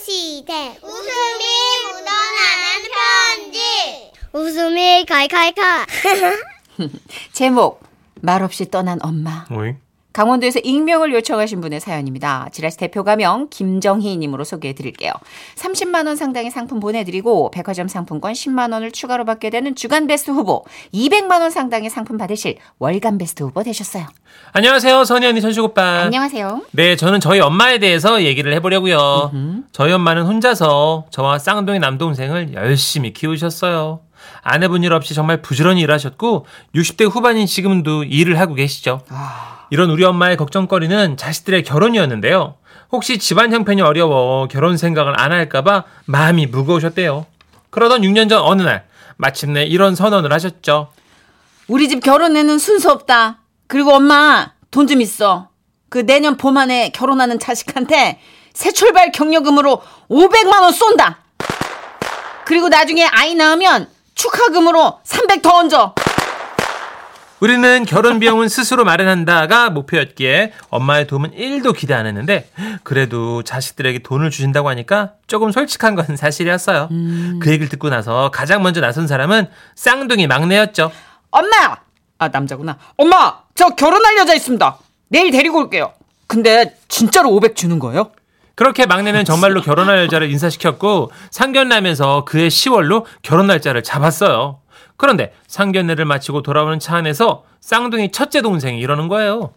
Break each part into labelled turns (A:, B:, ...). A: 시대
B: 웃음이 묻어나는 편지.
A: 웃음이 칼칼칼
C: 제목 말없이 떠난 엄마.
D: 오잉?
C: 강원도에서 익명을 요청하신 분의 사연입니다. 지라시 대표 가명 김정희님으로 소개해 드릴게요. 30만 원 상당의 상품 보내드리고 백화점 상품권 10만 원을 추가로 받게 되는 주간 베스트 후보, 200만 원 상당의 상품 받으실 월간 베스트 후보 되셨어요.
D: 안녕하세요, 선희 언니, 천식 오빠.
C: 안녕하세요.
D: 네, 저는 저희 엄마에 대해서 얘기를 해보려고요. 저희 엄마는 혼자서 저와 쌍둥이 남동생을 열심히 키우셨어요. 아내분 일 없이 정말 부지런히 일하셨고 60대 후반인 지금도 일을 하고 계시죠.
C: 아.
D: 이런 우리 엄마의 걱정거리는 자식들의 결혼이었는데요. 혹시 집안 형편이 어려워 결혼 생각을 안 할까봐 마음이 무거우셨대요. 그러던 6년 전 어느 날 마침내 이런 선언을 하셨죠.
C: 우리 집 결혼에는 순서 없다. 그리고 엄마 돈 좀 있어. 그 내년 봄 안에 결혼하는 자식한테 새 출발 격려금으로 500만 원 쏜다. 그리고 나중에 아이 낳으면 축하금으로 300 더 얹어.
D: 우리는 결혼 비용은 스스로 마련한다가 목표였기에 엄마의 도움은 1도 기대 안 했는데 그래도 자식들에게 돈을 주신다고 하니까 조금 솔직한 건 사실이었어요. 그 얘기를 듣고 나서 가장 먼저 나선 사람은 쌍둥이 막내였죠.
C: 엄마! 아, 남자구나. 엄마! 저 결혼할 여자 있습니다. 내일 데리고 올게요. 근데 진짜로 500 주는 거예요?
D: 그렇게 막내는 정말로 결혼할 날짜를 인사시켰고 상견례하면서 그해 10월로 결혼 날짜를 잡았어요. 그런데 상견례를 마치고 돌아오는 차 안에서 쌍둥이 첫째 동생이 이러는 거예요.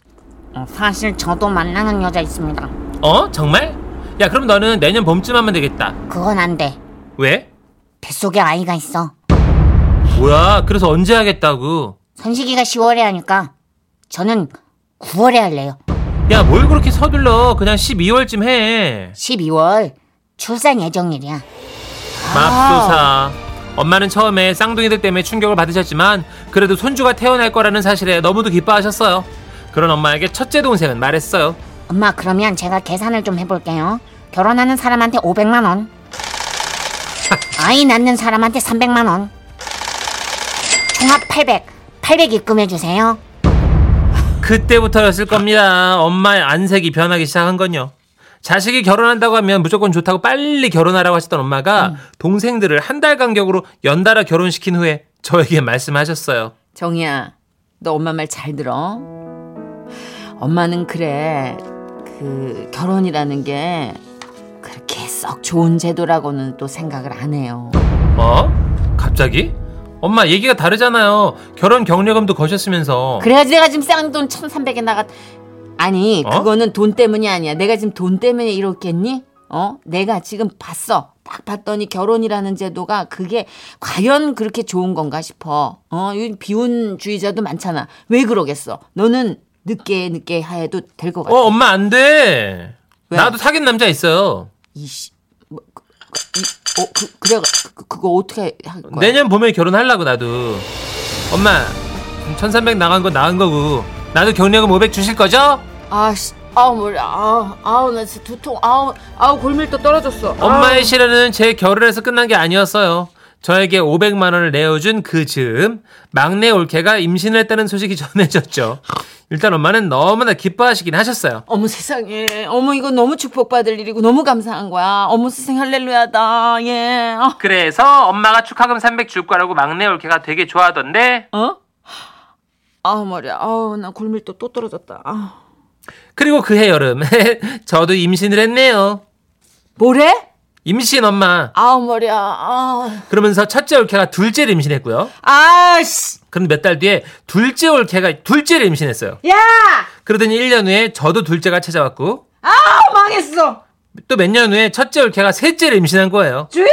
C: 어, 사실 저도 만나는 여자 있습니다.
D: 어? 정말? 야 그럼 너는 내년 봄쯤 하면 되겠다.
C: 그건 안 돼.
D: 왜?
C: 뱃속에 아이가 있어.
D: 뭐야, 그래서 언제 하겠다고.
C: 선식이가 10월에 하니까 저는 9월에 할래요.
D: 야, 뭘 그렇게 서둘러. 그냥 12월쯤 해.
C: 12월 출산 예정일이야.
D: 아. 맙소사. 엄마는 처음에 쌍둥이들 때문에 충격을 받으셨지만, 그래도 손주가 태어날 거라는 사실에 너무도 기뻐하셨어요. 그런 엄마에게 첫째 동생은 말했어요.
C: 엄마 그러면 제가 계산을 좀 해볼게요. 결혼하는 사람한테 500만 원. 아이 낳는 사람한테 300만 원. 종합 800. 800 입금해 주세요.
D: 그때부터였을 겁니다. 엄마의 안색이 변하기 시작한 건요. 자식이 결혼한다고 하면 무조건 좋다고 빨리 결혼하라고 하셨던 엄마가 동생들을 한 달 간격으로 연달아 결혼시킨 후에 저에게 말씀하셨어요.
E: 정희야, 너 엄마 말 잘 들어. 엄마는 그래, 그, 결혼이라는 게 그렇게 썩 좋은 제도라고는 또 생각을 안 해요.
D: 어? 갑자기? 엄마 얘기가 다르잖아요. 결혼 격려금도 거셨으면서.
E: 그래야지 내가 지금 쌍돈 1300에 나갔, 아니,
D: 어?
E: 그거는 돈 때문이 아니야. 내가 지금 돈 때문에 이렇겠니? 어? 내가 지금 봤어. 딱 봤더니 결혼이라는 제도가 그게 과연 그렇게 좋은 건가 싶어. 어, 이 비혼주의자도 많잖아. 왜 그러겠어? 너는 늦게 늦게 해도 될 것
D: 어,
E: 같아.
D: 엄마 안 돼.
E: 왜?
D: 나도 사귄 남자 있어요.
E: 이씨, 뭐, 그, 그, 이- 어, 그, 그래, 그, 그거 어떻게 할 거야?
D: 내년 봄에 결혼하려고 나도. 엄마, 1300 나간 건 나은 거고. 나도 격려금 500 주실 거죠?
E: 아, 씨, 아우 머리, 아우, 아우 나 진짜 두통, 아우, 아우 골밀도 떨어졌어.
D: 엄마의 시련은 제 결혼에서 끝난 게 아니었어요. 저에게 500만 원을 내어준 그 즈음 막내 올케가 임신을 했다는 소식이 전해졌죠. 일단 엄마는 너무나 기뻐하시긴 하셨어요.
E: 어머 세상에, 어머 이거 너무 축복받을 일이고 너무 감사한 거야. 어머 세상 할렐루야다, 예. 아,
D: 그래서 엄마가 축하금 300 줄 거라고 막내 올케가 되게 좋아하던데
E: 어? 아우 머리, 아우 나 골밀도 또 떨어졌다. 아.
D: 그리고 그해 여름 저도 임신을 했네요
E: 뭐래?
D: 임신 엄마
E: 아우 머리야, 아,
D: 그러면서 첫째 올케가 둘째를 임신했고요
E: 아씨,
D: 그럼 몇 달 뒤에 둘째 올케가 둘째를 임신했어요
E: 야,
D: 그러더니 1년 후에 저도 둘째가 찾아왔고
E: 아우 망했어,
D: 또 몇 년 후에 첫째 올케가 셋째를 임신한 거예요
E: 주여.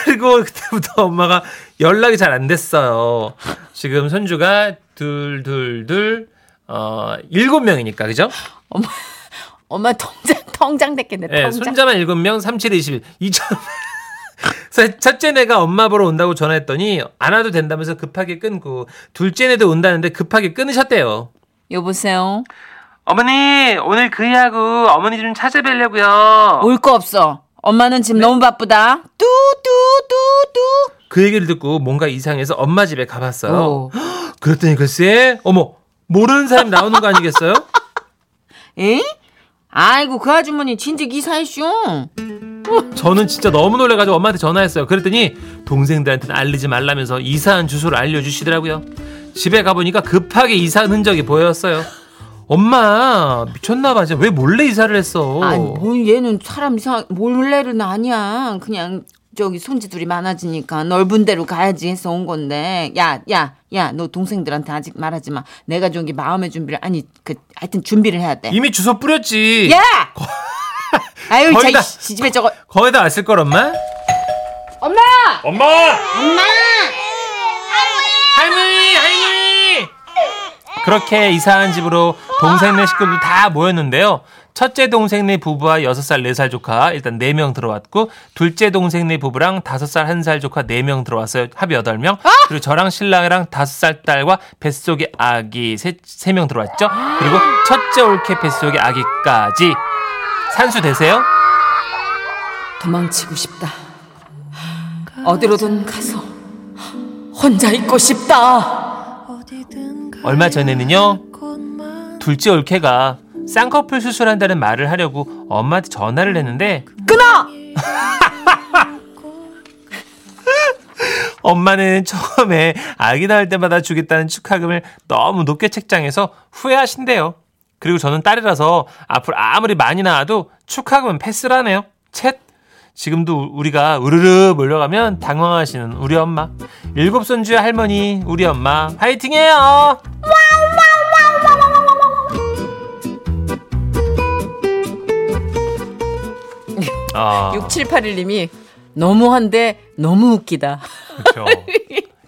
D: 그리고 그때부터 엄마가 연락이 잘 안 됐어요 지금 손주가 둘 둘둘 어 일곱 명이니까 그죠?
E: 엄마, 엄마 통장 통장 됐겠네.
D: 예,
E: 통장.
D: 손자만 7명, 37, 21. 2천. 그래서 첫째 내가 엄마 보러 온다고 전화했더니 안 와도 된다면서 급하게 끊고 둘째 내도 온다는데 급하게 끊으셨대요.
E: 여보세요.
D: 어머니 오늘 그이하고 어머니 좀 찾아뵈려고요.
E: 올 거 없어. 엄마는 지금 너무 바쁘다. 뚜뚜뚜뚜.
D: 그 얘기를 듣고 뭔가 이상해서 엄마 집에 가봤어요.
E: 오.
D: 그랬더니 글쎄 어머 모르는 사람이 나오는 거 아니겠어요?
E: 에? 아이고 그 아주머니 진짜 기사이쇼.
D: 저는 진짜 너무 놀래가지고 엄마한테 전화했어요. 그랬더니 동생들한테는 알리지 말라면서 이사한 주소를 알려주시더라고요. 집에 가보니까 급하게 이사한 흔적이 보였어요. 엄마 미쳤나봐. 진짜 왜 몰래 이사를 했어?
E: 아니 뭐. 뭘 얘는 사람 이상 몰래는 아니야. 그냥 저기 손지들이 많아지니까 넓은 데로 가야지 해서 온 건데. 야, 야, 야, 너 동생들한테 아직 말하지 마. 내가 저기 마음의 준비를 아니 그 하여튼 준비를 해야 돼.
D: 이미 주소 뿌렸지.
E: 야! 아유,
D: 거의
E: 자,
D: 다-
E: 이 씨, 집에 저거.
D: 거의 다 왔을 걸 엄마.
E: 엄마!
D: 엄마. 할머니 할머니. 그렇게 이사한 집으로 동생네 식구들 다 모였는데요. 첫째 동생네 부부와 6살, 4살 조카 일단 4명 들어왔고 둘째 동생네 부부랑 5살, 1살 조카 4명 들어왔어요. 합이 8명. 그리고 저랑 신랑이랑 5살 딸과 뱃속에 아기 3, 세명 들어왔죠. 그리고 첫째 올케 뱃속에 아기까지. 산수 되세요?
E: 도망치고 싶다. 어디로든 가서 혼자 있고 싶다.
D: 얼마 전에는요. 둘째 올케가 쌍꺼풀 수술한다는 말을 하려고 엄마한테 전화를 했는데
E: 끊어!
D: 엄마는 처음에 아기 낳을 때마다 주겠다는 축하금을 너무 높게 책정해서 후회하신대요. 그리고 저는 딸이라서 앞으로 아무리 많이 낳아도 축하금은 패스라네요. 챗! 지금도 우리가 우르르 몰려가면 당황하시는 우리 엄마. 일곱 손주의 할머니, 우리 엄마, 화이팅해요! 아,
E: 6781님이 너무한데 너무 웃기다.
D: 그렇죠.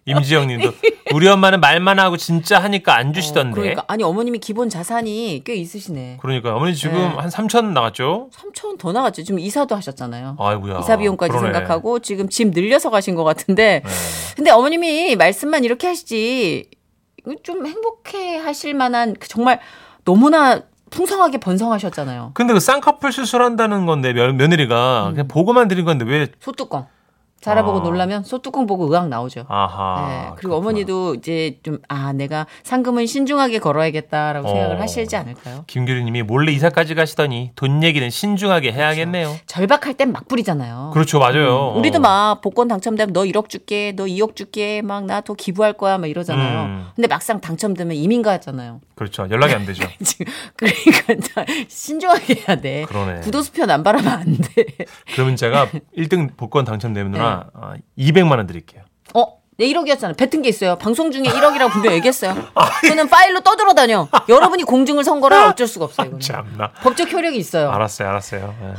D: 임지영님도 우리 엄마는 말만 하고 진짜 하니까 안 주시던데.
E: 그러니까 아니 어머님이 기본 자산이 꽤 있으시네.
D: 그러니까 어머니 지금
E: 네.
D: 한 3천 나갔죠?
E: 3천 더 나갔죠. 지금 이사도 하셨잖아요.
D: 아이고야.
E: 이사 비용까지
D: 그러네. 네.
E: 생각하고 지금 집 늘려서 가신 것 같은데 근데 어머님이 말씀만 이렇게 하시지 좀 행복해 하실 만한 그 정말 너무나 풍성하게 번성하셨잖아요.
D: 근데 그 쌍꺼풀 수술한다는 건데 며,
E: 음.
D: 며느리가 그냥 보고만 드린 건데 왜
E: 소뚜껑 자라보고
D: 아.
E: 놀라면 소뚜껑 보고 의학 나오죠. 네,
D: 아하.
E: 그리고
D: 그렇구나.
E: 어머니도 이제 좀 아 내가 상금은 신중하게 걸어야겠다라고 생각을
D: 어.
E: 하시지 않을까요?
D: 김규리님이 몰래 이사까지 가시더니 돈 얘기는 신중하게 해야겠네요.
E: 절박할 땐 막 부리잖아요.
D: 그렇죠, 맞아요.
E: 음, 우리도 막 복권 당첨되면 너 1억 줄게, 너 2억 줄게, 막 나 더 기부할 거야, 막 이러잖아요.
D: 음.
E: 근데 막상 당첨되면 이민가잖아요.
D: 그렇죠, 연락이 안 되죠.
E: 지금 그러니까 다 신중하게 해야 돼.
D: 그러네.
E: 구도수표 남발하면 안 돼.
D: 그러면 제가 1등 복권 당첨되면
E: 네.
D: 누나 아, 200만 원 드릴게요.
E: 어? 내 1억이었잖아. 뱉은 게 있어요. 방송 중에 1억이라고 분명 얘기했어요. 저는 파일로 떠들어다녀. 여러분이 공증을 선 거라 어쩔 수가 없어요. 이거는.
D: 아, 참나. 아.
E: 법적 효력이 있어요.
D: 알았어요, 알았어요. 예.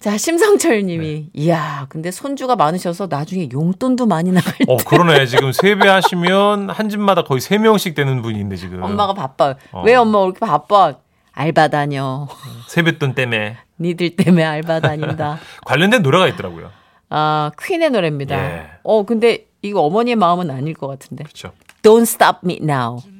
E: 자, 심성철
D: 네.
E: 님이 이야, 근데 손주가 많으셔서 나중에 용돈도 많이 나갈 때
D: 어, 그러네. 지금 세배하시면 한 집마다 거의 3명씩 되는 분인데 지금.
E: 엄마가 바빠.
D: 어.
E: 왜 엄마 왜 이렇게 바빠? 알바 다녀.
D: 세뱃돈 때문에
E: 니들 때문에 알바 다닌다.
D: 관련된 노래가 있더라고요.
E: 아, 퀸의 노래입니다.
D: 예.
E: 어, 근데 이거 어머니의 마음은 아닐 것 같은데.
D: 그렇죠.
E: Don't stop me now.